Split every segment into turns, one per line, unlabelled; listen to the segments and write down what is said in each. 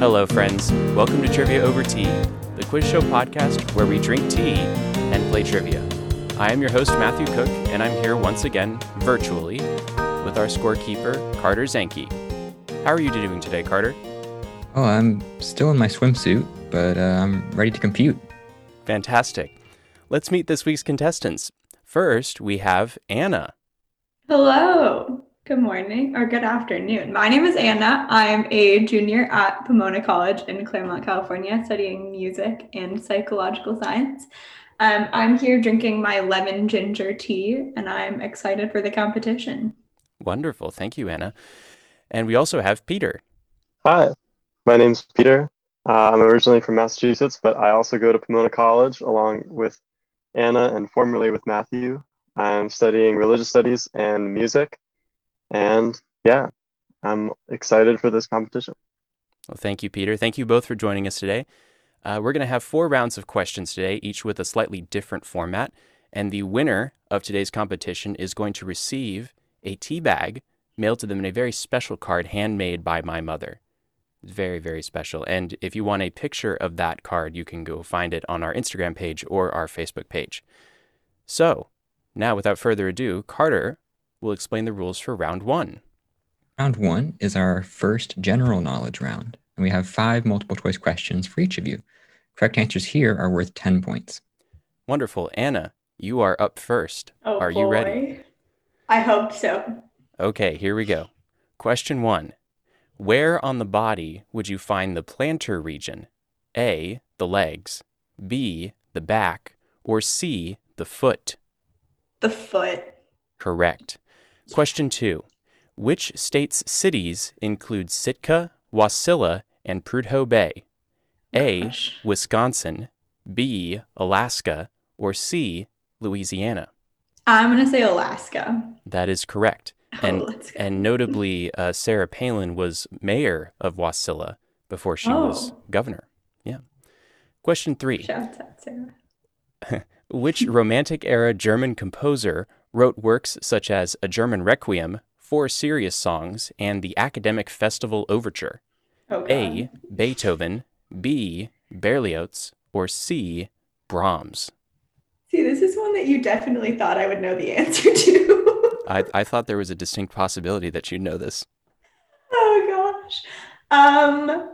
Hello, friends. Welcome to Trivia Over Tea, the quiz show podcast where we drink tea and play trivia. I am your host, Matthew Cook, and I'm here once again, virtually, with our scorekeeper, Carter Zanke. How are you doing today, Carter?
Oh, I'm still in my swimsuit, but uh, I'm ready to compute.
Fantastic. Let's meet this week's contestants. First, we have Anna.
Hello. Good morning or good afternoon. My name is Anna. I am a junior at Pomona College in Claremont, California, studying music and psychological science. Um, I'm here drinking my lemon ginger tea, and I'm excited for the competition.
Wonderful. Thank you, Anna. And we also have Peter.
Hi, my name's Peter. Uh, I'm originally from Massachusetts, but I also go to Pomona College along with Anna and formerly with Matthew. I'm studying religious studies and music. And yeah, I'm excited for this competition.
Well, thank you, Peter. Thank you both for joining us today. Uh, we're going to have four rounds of questions today, each with a slightly different format. And the winner of today's competition is going to receive a tea bag mailed to them in a very special card handmade by my mother. It's Very, very special. And if you want a picture of that card, you can go find it on our Instagram page or our Facebook page. So, now without further ado, Carter will explain the rules for round one.
Round one is our first general knowledge round, and we have five multiple choice questions for each of you. Correct answers here are worth 10 points.
Wonderful. Anna, you are up first.
Oh,
Are you ready?
boy. I hope so.
Okay, here we go. Question one Where on the body would you find the plantar region? A. The legs. B. The back. Or C. The foot.
The foot.
Correct. Question two Which state's cities include Sitka, Wasilla, and Prudhoe Bay? A.
Gosh.
Wisconsin. B. Alaska. Or C. Louisiana.
I'm going to say Alaska.
That is correct. And
oh, let's go.
and notably, uh, Sarah Palin was mayor of Wasilla before she was
Oh.
governor. Yeah. Question three
Shouts out, Sarah.
Which Romantic era German composer wrote works such as A German Requiem, Four Serious Songs, and the Academic Festival Overture?
Oh, God.
A. Beethoven, B. Berlioz, or C. Brahms?
See, this is one that you definitely thought I would know the answer to.
I, I thought there was a distinct possibility that you'd know this.
Oh gosh. Um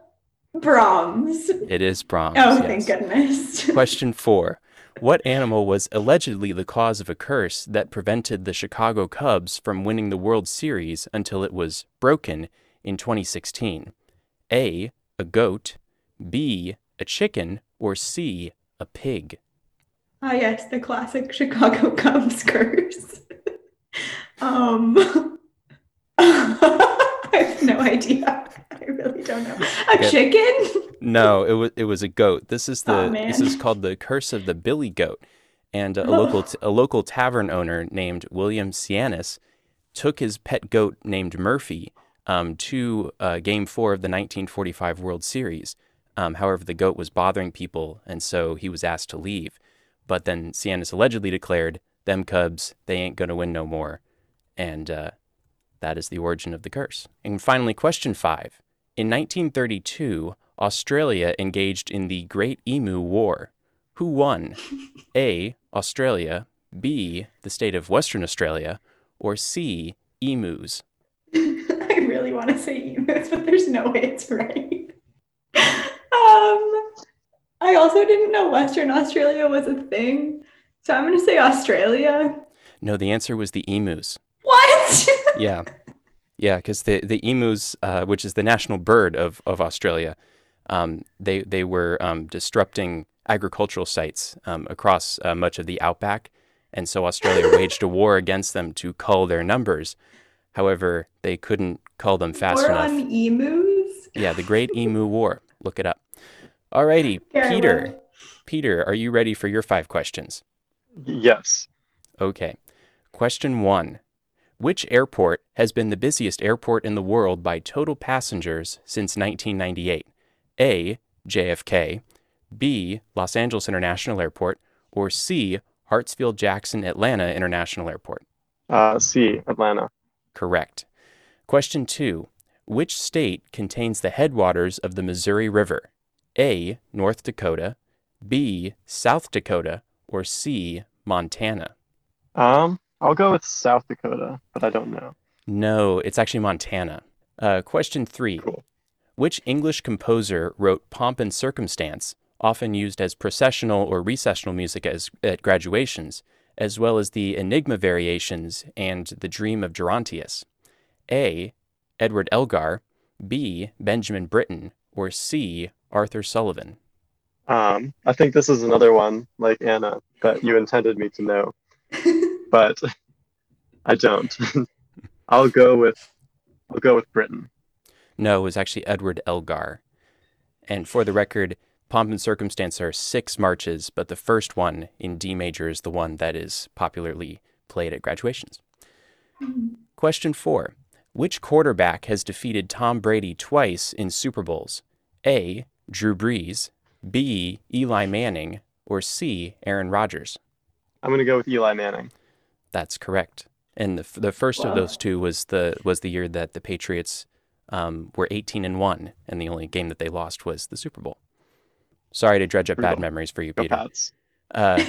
Brahms.
It is Brahms. yes.
Oh, thank goodness.
Question four. What animal was allegedly the cause of a curse that prevented the Chicago Cubs from winning the World Series until it was broken in 2016? A. A goat. B. A chicken. Or C. A pig.
Ah, yes, the classic Chicago Cubs curse. um I have no idea. I really don't know. A
Okay.
chicken?
No, it was it was a goat. This is the
Aw,
this
man.
is called the curse of the billy goat, and a
Oh.
local t- a local tavern owner named William Cianis took his pet goat named Murphy um, to uh, Game Four of the 1945 World Series. Um, however, the goat was bothering people, and so he was asked to leave. But then Cianis allegedly declared, "Them Cubs, they ain't gonna win no more," and uh, that is the origin of the curse. And finally, question five. In 1932, Australia engaged in the Great Emu War. Who won? A. Australia, B. The state of Western Australia, or C. Emus.
I really want to say emus, but there's no way it's right. um I also didn't know Western Australia was a thing. So I'm gonna say Australia.
No, the answer was the emus.
What?
Yeah. Yeah, because the, the emus, uh, which is the national bird of, of Australia, um, they, they were um, disrupting agricultural sites um, across uh, much of the outback. And so Australia waged a war against them to cull their numbers. However, they couldn't cull them fast
We're
enough.
on emus.
Yeah, the Great Emu War. Look it up. Alrighty,
Yeah, I
Peter.
will.
Peter, are you ready for your five questions?
Yes.
Okay. Question one Which airport has been the busiest airport in the world by total passengers since 1998? A. JFK, B. Los Angeles International Airport, or C. Hartsfield Jackson Atlanta International Airport?
Uh, C, Atlanta.
Correct. Question two Which state contains the headwaters of the Missouri River? A. North Dakota, B. South Dakota, or C. Montana?
Um, I'll go with South Dakota, but I don't know.
No, it's actually Montana. Uh, question three
Cool.
Which English composer wrote Pomp and Circumstance, often used as processional or recessional music as, at graduations, as well as the Enigma variations and the Dream of Gerontius? A. Edward Elgar, B. Benjamin Britten, or C. Arthur Sullivan?
Um, I think this is another one like Anna that you intended me to know, but I don't. I'll go with I'll go with Britain.
No, it was actually Edward Elgar. And for the record, Pomp and Circumstance are six marches, but the first one in D major is the one that is popularly played at graduations. Question four Which quarterback has defeated Tom Brady twice in Super Bowls? A. Drew Brees, B. Eli Manning, or C. Aaron Rodgers?
I'm gonna go with Eli Manning.
That's correct. And the, f- the first
Wow.
of those two was the was the year that the Patriots um, were 18 and one, and the only game that they lost was the Super Bowl. Sorry to dredge up
Super
bad
Bowl.
memories for you,
Go
Peter.
Pats.
Uh,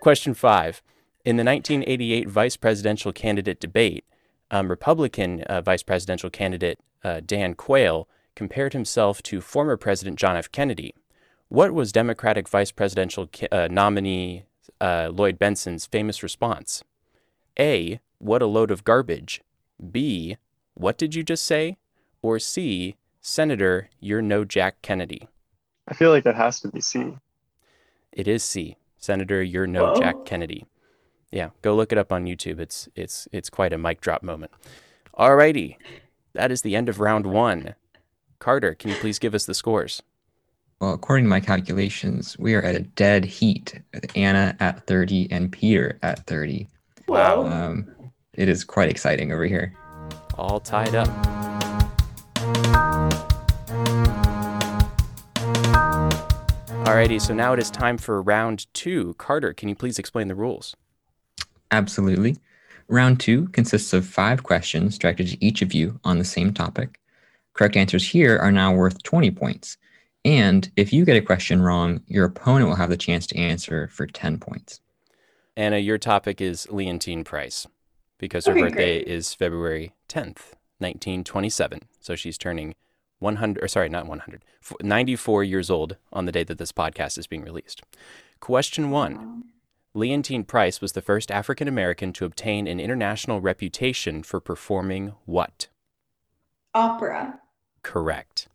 question five: In the 1988 vice presidential candidate debate, um, Republican uh, vice presidential candidate uh, Dan Quayle compared himself to former President John F. Kennedy. What was Democratic vice presidential ca- uh, nominee uh, Lloyd Benson's famous response? A. What a load of garbage. B. What did you just say? Or C. Senator, you're no Jack Kennedy.
I feel like it has to be C.
It is C. Senator, you're no
Whoa.
Jack Kennedy. Yeah, go look it up on YouTube. It's it's it's quite a mic drop moment. Alrighty, that is the end of round one. Carter, can you please give us the scores?
Well, according to my calculations, we are at a dead heat with Anna at 30 and Peter at 30.
Wow.
Um, it is quite exciting over here.
All tied up. Alrighty, so now it is time for round two. Carter, can you please explain the rules?
Absolutely. Round two consists of five questions directed to each of you on the same topic. Correct answers here are now worth 20 points. And if you get a question wrong, your opponent will have the chance to answer for 10 points.
Anna, your topic is Leontine Price because her
Okay,
birthday
great.
is February 10th, 1927. So she's turning 100, or sorry, not 100, f- 94 years old on the day that this podcast is being released. Question one Leontine Price was the first African American to obtain an international reputation for performing what?
Opera.
Correct.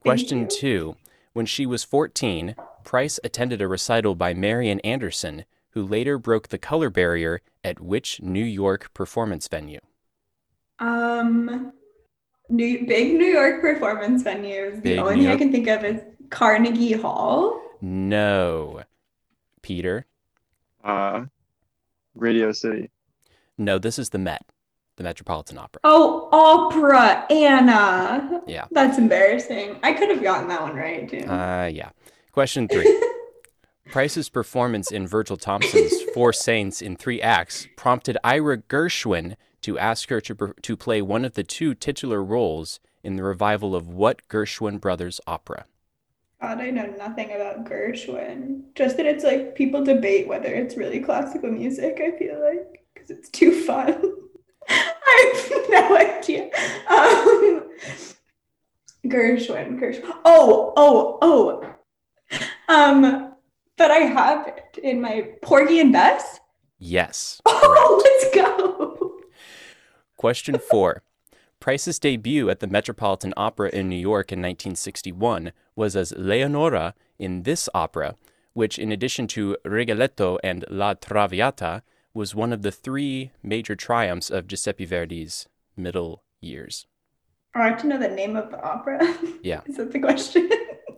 Question
you.
two. When she was 14, Price attended a recital by Marian Anderson, who later broke the color barrier at which New York performance venue?
Um, New big New York performance venues. The
Big
only
New
thing I
York-
can think of is Carnegie Hall.
No. Peter?
Uh, Radio City.
No, this is the Met, the Metropolitan Opera.
Oh, opera, Anna.
Yeah.
That's embarrassing. I could have gotten that one right too.
Uh, yeah. Question three. Price's performance in Virgil Thompson's Four Saints in three acts prompted Ira Gershwin to ask her to, per- to play one of the two titular roles in the revival of what Gershwin Brothers opera?
God, I know nothing about Gershwin. Just that it's like people debate whether it's really classical music, I feel like, because it's too fun. I have no idea. Um, Gershwin, Gershwin. Oh, oh, oh. Um, but I have it in my Porgy and Bess.
Yes.
Oh, let's go.
Question four. Price's debut at the Metropolitan Opera in New York in 1961 was as Leonora in this opera, which, in addition to Rigoletto and La Traviata, was one of the three major triumphs of Giuseppe Verdi's middle years.
Oh, I want to know the name of the opera.
Yeah.
Is that the question?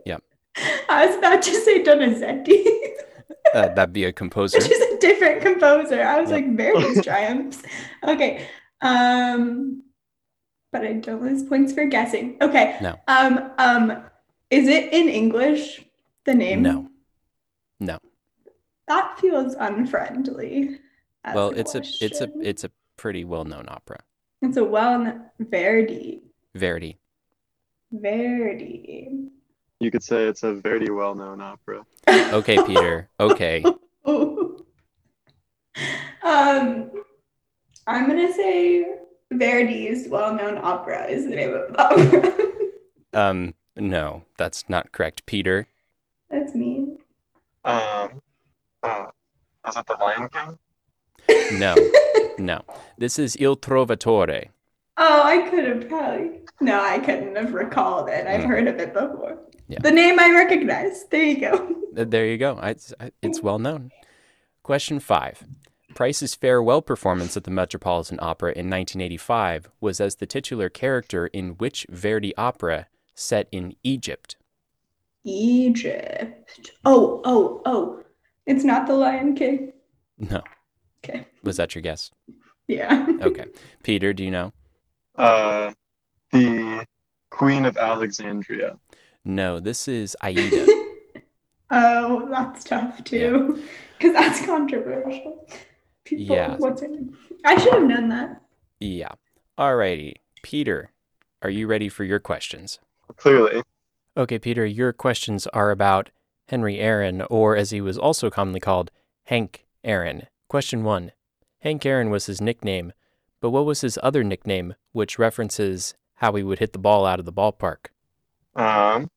Yeah.
I was about to say Donizetti,
Uh, that'd be a composer.
which is a different composer. I was
Yeah.
like, Verdi's triumphs. Okay. Um, but I don't lose points for guessing. Okay.
No.
Um, um, is it in English? The name?
No. No.
That feels unfriendly. as
Well, it's a it's a
question.
it's a pretty well-known opera.
it's a well Verdi.
Verdi.
Verdi.
You could say it's a very well known opera.
Okay, Peter. Okay.
Ooh. Um, I'm gonna say Verdi's well-known opera is the name of the opera.
Um, no, that's not correct, Peter.
That's mean.
Um, uh, is it The Lion King?
No, no. This is Il Trovatore.
Oh, I could have probably. No, I couldn't have recalled it. I've
Mm.
heard of it before.
Yeah.
The name I recognize. There you go.
Th- Uh, There you go. I- It's, I- it's well known. Question five. Price's farewell performance at the Metropolitan Opera in 1985 was as the titular character in which Verdi opera set in Egypt?
Egypt. Oh, oh, oh. It's not the Lion King.
No.
Okay.
Was that your guess?
Yeah.
Okay. Peter, do you know?
Uh, the Queen of Alexandria.
No, this is Aida.
Oh, that's tough too. Because that's controversial. People,
Yeah.
what's her name? I should have known that.
yeah. Alrighty. Peter, are you ready for your questions?
Clearly.
Okay, Peter, your questions are about Henry Aaron, or as he was also commonly called, Hank Aaron. Question one Hank Aaron was his nickname, but what was his other nickname, which references how he would hit the ball out of the ballpark?
Um,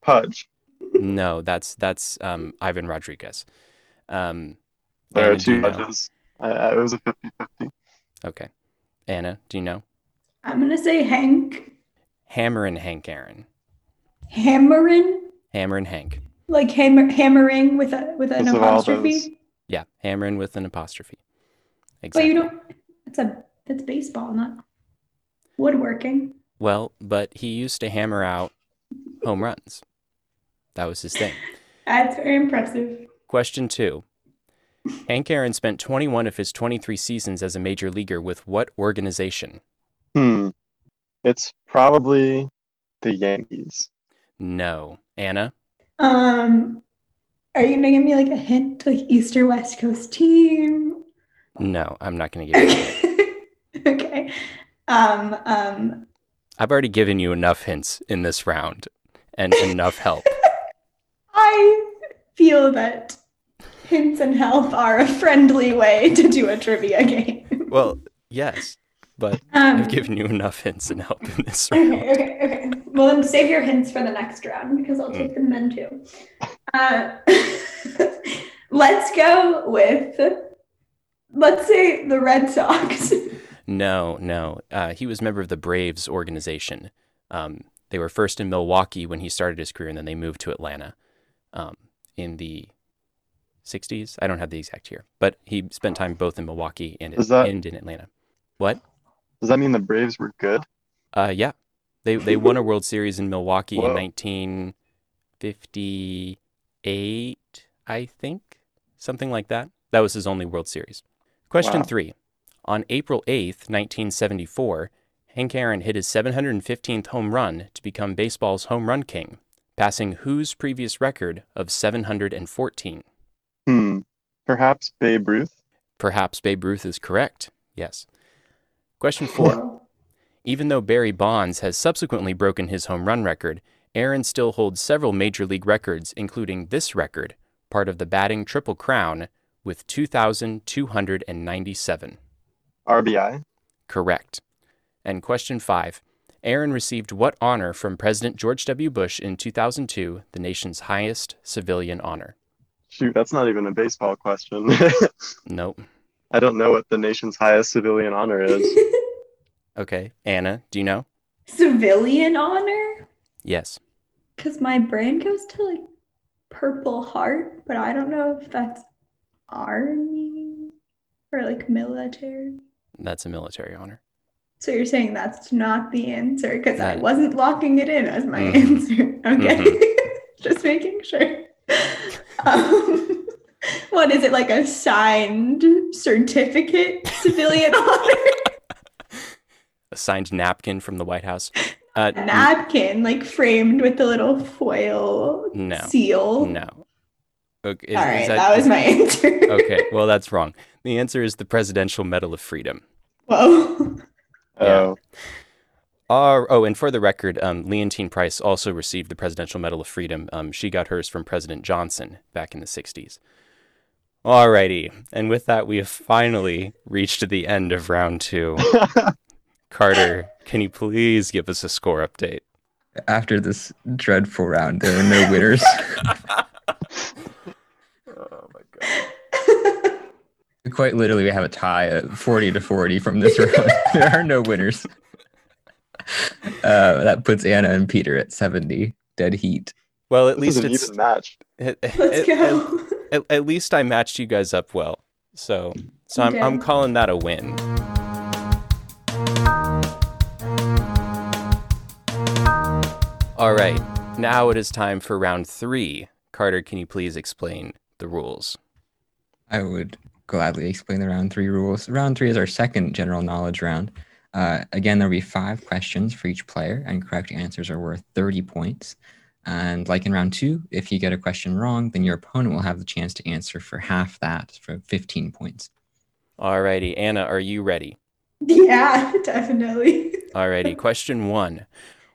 Pudge.
no, that's that's um, Ivan Rodriguez. Um,
There are
Anna, do you
two
know?
judges. I, I, it was a 50 50.
Okay. Anna, do you know?
I'm gonna say Hank
Hammerin' Hank Aaron.
Hammerin,
Hammerin' Hank.
like hammer hammering with a with an
Because of all those-
apostrophe.
Yeah, Hammerin' with an apostrophe.
But
Exactly.
you don't. That's a that's baseball, not woodworking.
Well, but he used to hammer out home runs. That was his thing.
That's very impressive.
Question two. Hank Aaron spent 21 of his 23 seasons as a major leaguer with what organization?
Hmm. It's probably the Yankees.
No. Anna?
Um, are you gonna give me like a hint, like Easter West Coast team?
No, I'm not going to give you.
okay. Um. Um.
I've already given you enough hints in this round and enough help.
I feel that hints and help are a friendly way to do a trivia game.
Well, yes, but
Um,
I've given you enough hints and help in this round.
okay, okay, okay. Well, then save your hints for the next round because I'll take them then too. Uh, let's go with, let's say the Red Sox.
No, no. Uh, he was a member of the Braves organization. Um, they were first in Milwaukee when he started his career, and then they moved to Atlanta um, in the 60s. I don't have the exact year, but he spent time both in Milwaukee and,
Is that-
and in Atlanta. What?
Does that mean the Braves were good?
Uh, yeah. They, they won a World Series in Milwaukee
Whoa.
in 1958, I think, something like that. That was his only World Series. Question
Wow.
three. On April 8th, 1974, Hank Aaron hit his 715th home run to become baseball's home run king, passing whose previous record of 714?
Hmm. Perhaps Babe Ruth?
Perhaps Babe Ruth is correct. Yes. Question four. Even though Barry Bonds has subsequently broken his home run record, Aaron still holds several major league records, including this record, part of the batting triple crown, with 2,297.
RBI?
Correct. And question five Aaron received what honor from President George W. Bush in 2002, the nation's highest civilian honor?
Shoot, that's not even a baseball question.
Nope.
I don't know what the nation's highest civilian honor is.
Okay. Anna, do you know?
Civilian honor?
Yes.
Because my brain goes to like Purple Heart, but I don't know if that's army or like military.
That's a military honor.
So you're saying that's not the answer because I
That-
wasn't locking it in as my
Mhm.
answer. Okay.
Mm-hmm.
Just making sure. Um, what is it like a signed certificate civilian
Mm.
honor
A signed napkin from the White House. Uh, n-
napkin like framed with the little foil
No.
seal?
No. Okay, is-
Oh. All
is
right, that was my answer.
okay, well, that's wrong. The answer is the Presidential Medal of Freedom.
Whoa.
Yeah.
Oh,
Are, oh, and for the record, um, Leontine Price also received the Presidential Medal of Freedom. Um, she got hers from President Johnson back in the 60s. Alrighty. And with that, we have finally reached the end of round two. Carter, can you please give us a score update?
After this dreadful round, there were no winners.
Oh my god.
Quite literally, we have a tie at 40 to 40 from this round. there are no winners. Uh, that puts Anna and Peter at 70, dead heat.
Well, at
This
least
is an
it's
even match.
at,
Let's
at-
go.
at- at least I matched you guys up well. So so I'm
Okay.
I'm calling that a win. All right. Now it is time for round 3. Carter, can you please explain the rules?
I would gladly explain the round three rules. Round three is our second general knowledge round. Uh, again, there'll be five questions for each player, and correct answers are worth 30 points. And like in round two, if you get a question wrong, then your opponent will have the chance to answer for half that for 15 points.
Alrighty, Anna, are you ready?
yeah, definitely.
Alrighty, question one.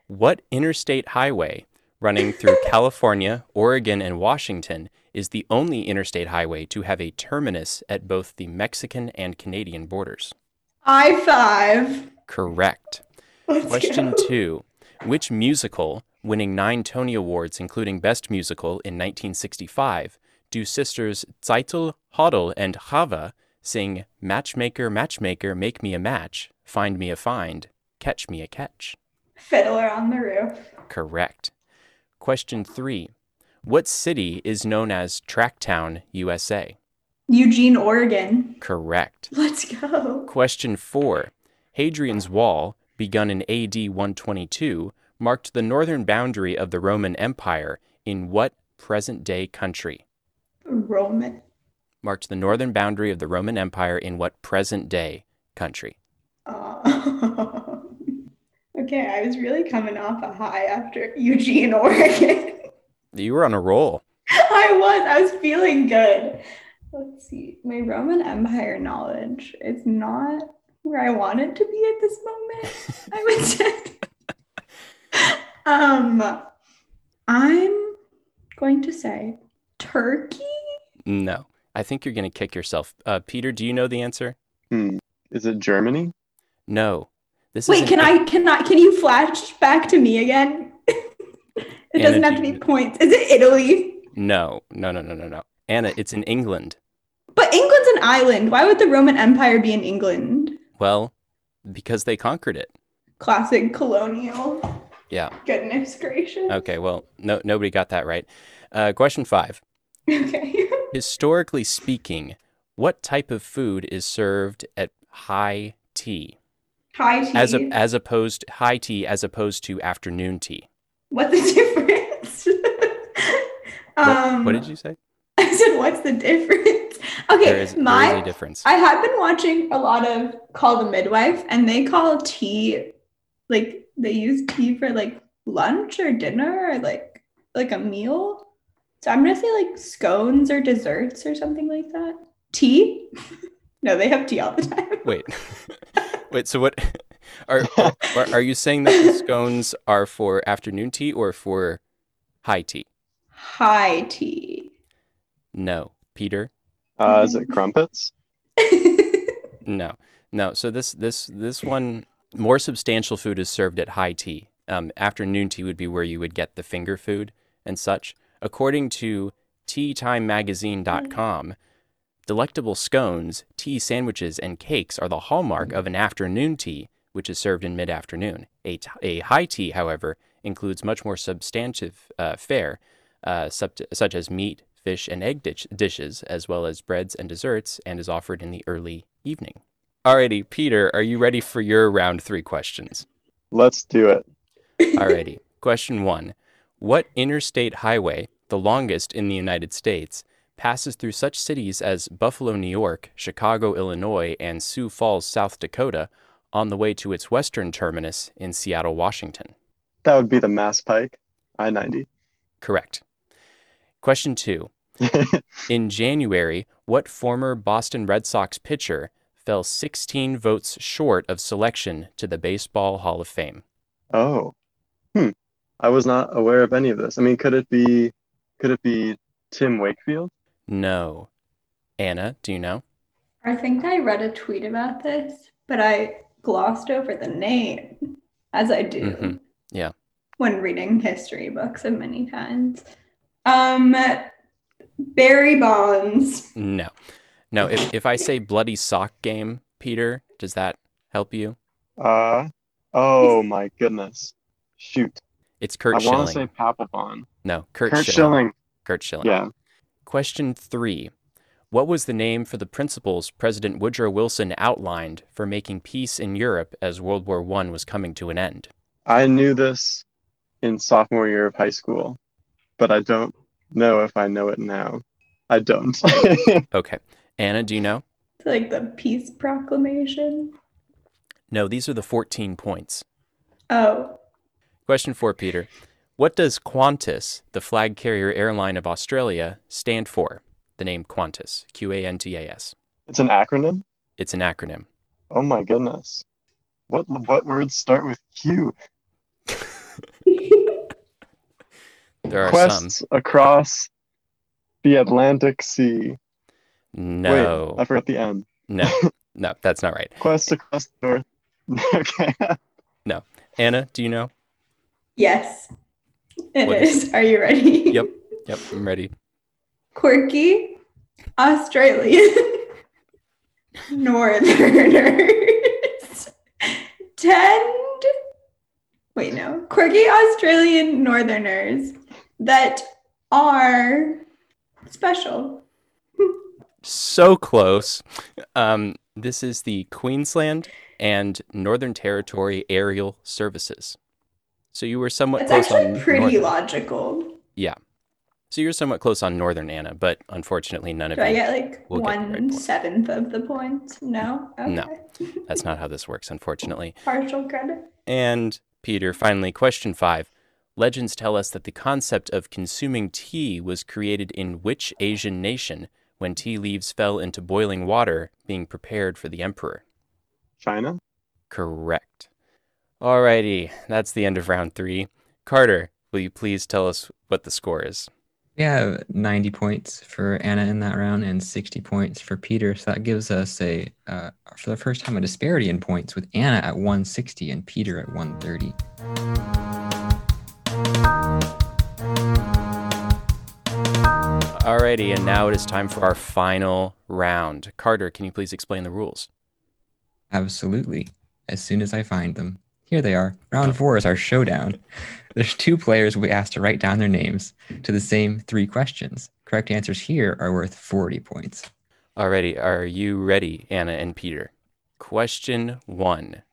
What interstate highway running through California, Oregon, and Washington is the only interstate highway to have a terminus at both the Mexican and Canadian borders?
I five.
Correct.
Let's
Question
go.
two. Which musical, winning nine Tony Awards, including Best Musical in 1965, do sisters Zeitel, Hodel, and Chava sing Matchmaker, Matchmaker, Make Me a Match, Find Me a Find, Catch Me a Catch?
Fiddler on the roof.
Correct. Question three. What city is known as Tracktown, USA?
Eugene, Oregon.
Correct.
Let's go.
Question four. Hadrian's Wall, begun in AD 122, marked the northern boundary of the Roman Empire in what present day country?
Roman.
Marked the northern boundary of the Roman Empire in what present day country?
Uh, okay, I was really coming off a high after Eugene, Oregon.
You were on a roll.
I was. I was feeling good. Let's see. My Roman Empire knowledge is not where I want it to be at this moment, I would say. um, I'm going to say Turkey.
No. I think you're going to kick yourself. Uh, Peter, do you know the answer?
Hmm. Is it Germany?
No. This
Wait,
isn't
can
it.
I can I can you flash back to me again? it doesn't have to be
Energy.
points. Is it Italy?
No, no, no, no, no, no. Anna, it's in England.
But England's an island. Why would the Roman Empire be in England?
Well, because they conquered it.
Classic colonial.
Yeah.
Goodness gracious.
Okay. Well, no, nobody got that right. Uh, question five.
Okay.
Historically speaking, what type of food is served at high tea,
High tea.
as a, as opposed high tea as opposed to afternoon tea?
What's the difference?
What,
um,
what did you say?
I said, what's the difference? Okay,
There is,
my
there is a difference.
I have been watching a lot of Call the Midwife, and they call tea like they use tea for like lunch or dinner or like like a meal. So I'm gonna say like scones or desserts or something like that. Tea? no, they have tea all the time.
Wait, wait. So what? Are, are are you saying that the scones are for afternoon tea or for high tea?
High tea.
No, Peter.
Uh, is
Mm-hmm.
it crumpets?
No, no. So this this this one more substantial food is served at high tea. Um, afternoon tea would be where you would get the finger food and such. According to teatimemagazine.com, delectable scones, tea sandwiches, and cakes are the hallmark of an afternoon tea, which is served in mid-afternoon. A, t- a high tea, however, includes much more substantive uh, fare, uh, sup- such as meat, fish, and egg dish- dishes, as well as breads and desserts, and is offered in the early evening. Alrighty, Peter, are you ready for your round three questions?
Let's do it.
Alrighty. Question one What interstate highway, the longest in the United States, passes through such cities as Buffalo, New York, Chicago, Illinois, and Sioux Falls, South Dakota, on the way to its western terminus in Seattle, Washington?
That would be the Mass Pike, I 90.
Correct. Question two In January, what former Boston Red Sox pitcher fell 16 votes short of selection to the Baseball Hall of Fame?
Oh, hmm. I was not aware of any of this. I mean, could it be, could it be Tim Wakefield?
No. Anna, do you know?
I think I read a tweet about this, but I glossed over the name, as I do.
Mhm. Yeah.
When reading history books of many kinds. Um, Barry Bonds.
No. No, if, if I say bloody sock game, Peter, does that help you?
Uh, oh my goodness. Shoot.
It's
I
Kurt
want
Schilling.
to say Papelbon.
no, Kurt,
Kurt
Schilling.
Schilling.
Kurt Schilling.
Yeah.
Question three What was the name for the principles President Woodrow Wilson outlined for making peace in Europe as World War I was coming to an end?
I knew this in sophomore year of high school, but I don't know if I know it now. I don't.
Okay. Anna, do you know?
It's like the peace proclamation.
No, these are the 14 points.
Oh,
Question four, Peter. What does Qantas, the flag carrier airline of Australia, stand for? The name Qantas, Q A N T A S.
it's an acronym.
It's an acronym.
Oh my goodness. What what words start with Q?
There are some.
Quests across the Atlantic Sea.
No,
Wait, I forgot the M.
no, no, that's not right.
Quests across the North. okay.
Anna, do you know?
yes, it
What
is. Are you ready?
Yep. Yep, I'm ready.
Quirky, Australian, Northerners, tend. Wait, no. Quirky Australian Northerners that are special.
So close. Um, this is the Queensland and Northern Territory Aerial Services. So you were somewhat
That's
close on
actually pretty
northern.
logical.
So you're somewhat close on northern Anna, but unfortunately none of
Do I
you
get like
We'll get the right
one
point.
seventh of the points? No? Okay.
No. That's not how this works, unfortunately.
Partial credit.
And Peter, finally, question five. Legends tell us that the concept of consuming tea was created in which Asian nation when tea leaves fell into boiling water being prepared for the emperor?
China?
Correct. Alrighty, that's the end of round three. Carter, will you please tell us what the score is?
We have 90 points for Anna in that round and 60 points for Peter. So that gives us a, uh, for the first time, a disparity in points with Anna at 160 and Peter at 130.
Alrighty, and now it is time for our final round. Carter, can you please explain the rules?
Absolutely. As soon as I find them. Here they are. Round four is our showdown. There's two players we asked to write down their names to the same three questions. Correct answers here are worth 40 points.
Alrighty, are you ready, Anna and Peter? Question one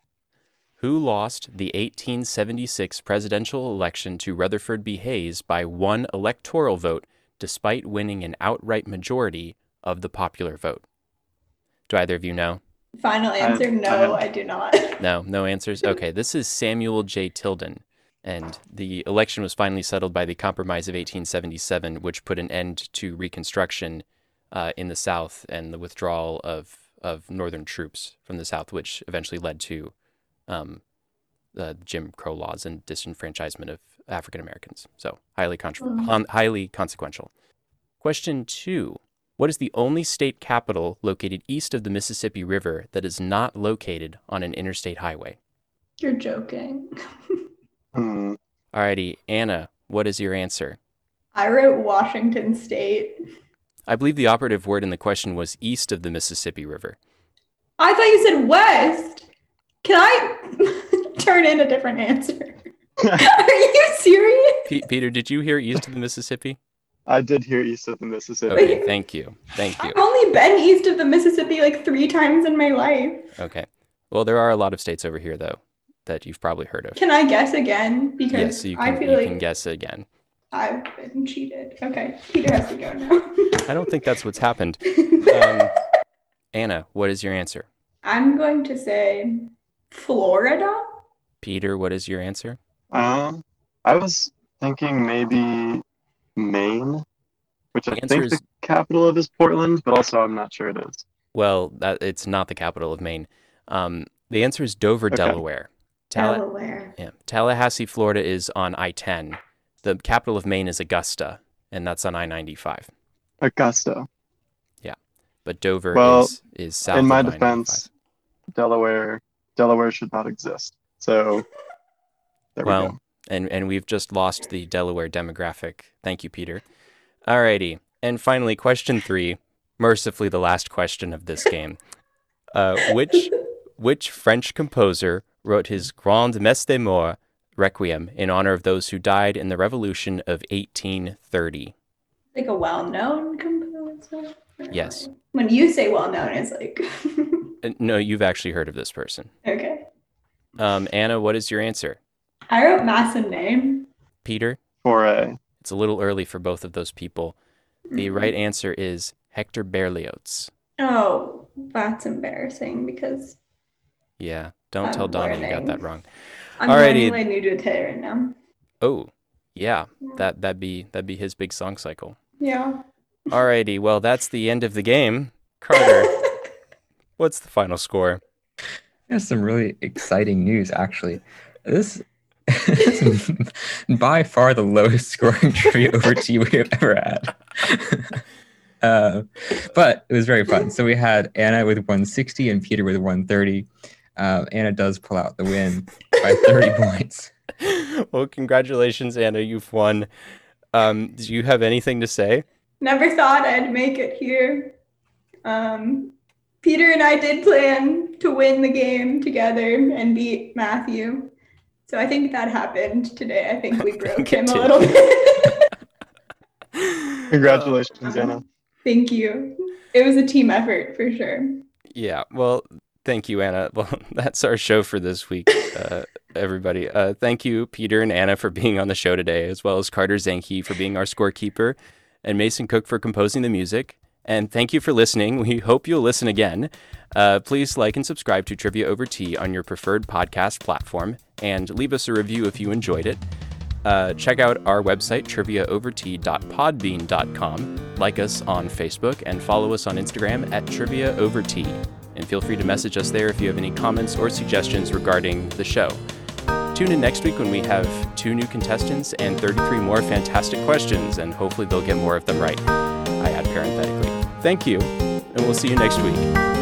Who lost the 1876 presidential election to Rutherford B. Hayes by one electoral vote despite winning an outright majority of the popular vote? Do either of you know?
Final answer,
I
no,
have-
I do not.
No, no answers? Okay, this is Samuel J. Tilden. And the election was finally settled by the Compromise of 1877, which put an end to Reconstruction uh, in the South and the withdrawal of, of Northern troops from the South, which eventually led to um, the Jim Crow laws and disenfranchisement of African Americans. So highly contro-
Mm.
con- highly consequential. Question two: What is the only state capital located east of the Mississippi River that is not located on an interstate highway?
You're joking.
Hmm.
Alrighty, Anna, what is your answer?
I wrote Washington State.
I believe the operative word in the question was east of the Mississippi River.
I thought you said West. Can I turn in a different answer? Are you serious?
Pe- Peter, did you hear east of the Mississippi?
I did hear east of the Mississippi.
Okay, thank you. Thank you.
I've only been east of the Mississippi like three times in my life.
Okay. Well, there are a lot of states over here, though, that you've probably heard of.
Can I guess again? Because
Yes, so you
I
can,
feel
you
like
can guess again.
I've been cheated. Okay, Peter has to go now.
I don't think that's what's happened. Um, Anna, what is your answer?
I'm going to say Florida.
Peter, what is your answer?
Uh, I was thinking maybe Maine, which I
The answer
think
is
the capital of is Portland, but also I'm not sure it is.
well, that, it's not the capital of Maine. Um, the answer is Dover,
Okay.
Delaware. Tala-
Delaware.
yeah. Tallahassee, Florida is on I 10. The capital of Maine is Augusta, and that's on I 95.
Augusta.
But Dover
Well,
is, is south
in my
of I-95.
defense, Delaware Delaware should not exist. So there we
Well,
go.
and and we've just lost the Delaware demographic. Thank you, Peter. Alrighty, and finally, question three. Mercifully, the last question of this game. Uh, which which French composer wrote his Grande Messe des Morts Requiem in honor of those who died in the Revolution of 1830?
Like a well-known composer.
Yes.
When you say well-known, it's like
Uh, No, you've actually heard of this person.
okay.
Um, Anna, what is your answer?
I wrote mass and name.
Peter,
For a
it's a little early for both of those people.
Mm-hmm.
The right answer is Hector Berlioz.
Oh, that's embarrassing because
Yeah. Don't
I'm
tell Donna you got that
learning.
wrong.
I'm
Alrighty.
learning my new detail right now.
Oh, yeah. That that'd be that'd be his big song cycle.
Yeah.
Alrighty, well that's the end of the game. Carter, what's the final score?
That's some really exciting news, actually. This is by far the lowest scoring trivia over tea we have ever had. uh, but it was very fun. So we had Anna with 160 and Peter with 130. Uh, Anna does pull out the win by 30 points.
Well, congratulations, Anna, you've won. Um, do you have anything to say?
Never thought I'd make it here. Um, Peter and I did plan to win the game together and beat Matthew. So I think that happened today. I think we broke
it
him a
did.
little bit.
congratulations, Anna.
Thank you. It was a team effort for sure.
Yeah, well, thank you, Anna. Well, that's our show for this week, uh, everybody. Uh, thank you, Peter and Anna, for being on the show today, as well as Carter Zanke for being our scorekeeper and Mason Cook for composing the music. And thank you for listening. We hope you'll listen again. Uh, please like and subscribe to Trivia Over Tea on your preferred podcast platform and leave us a review if you enjoyed it. Uh, check out our website, triviaovert.podbean.com. Like us on Facebook and follow us on Instagram at Trivia Over Tea. And feel free to message us there if you have any comments or suggestions regarding the show. Tune in next week when we have two new contestants and 33 more fantastic questions, and hopefully they'll get more of them right. I add parenthetically. Thank you, and we'll see you next week.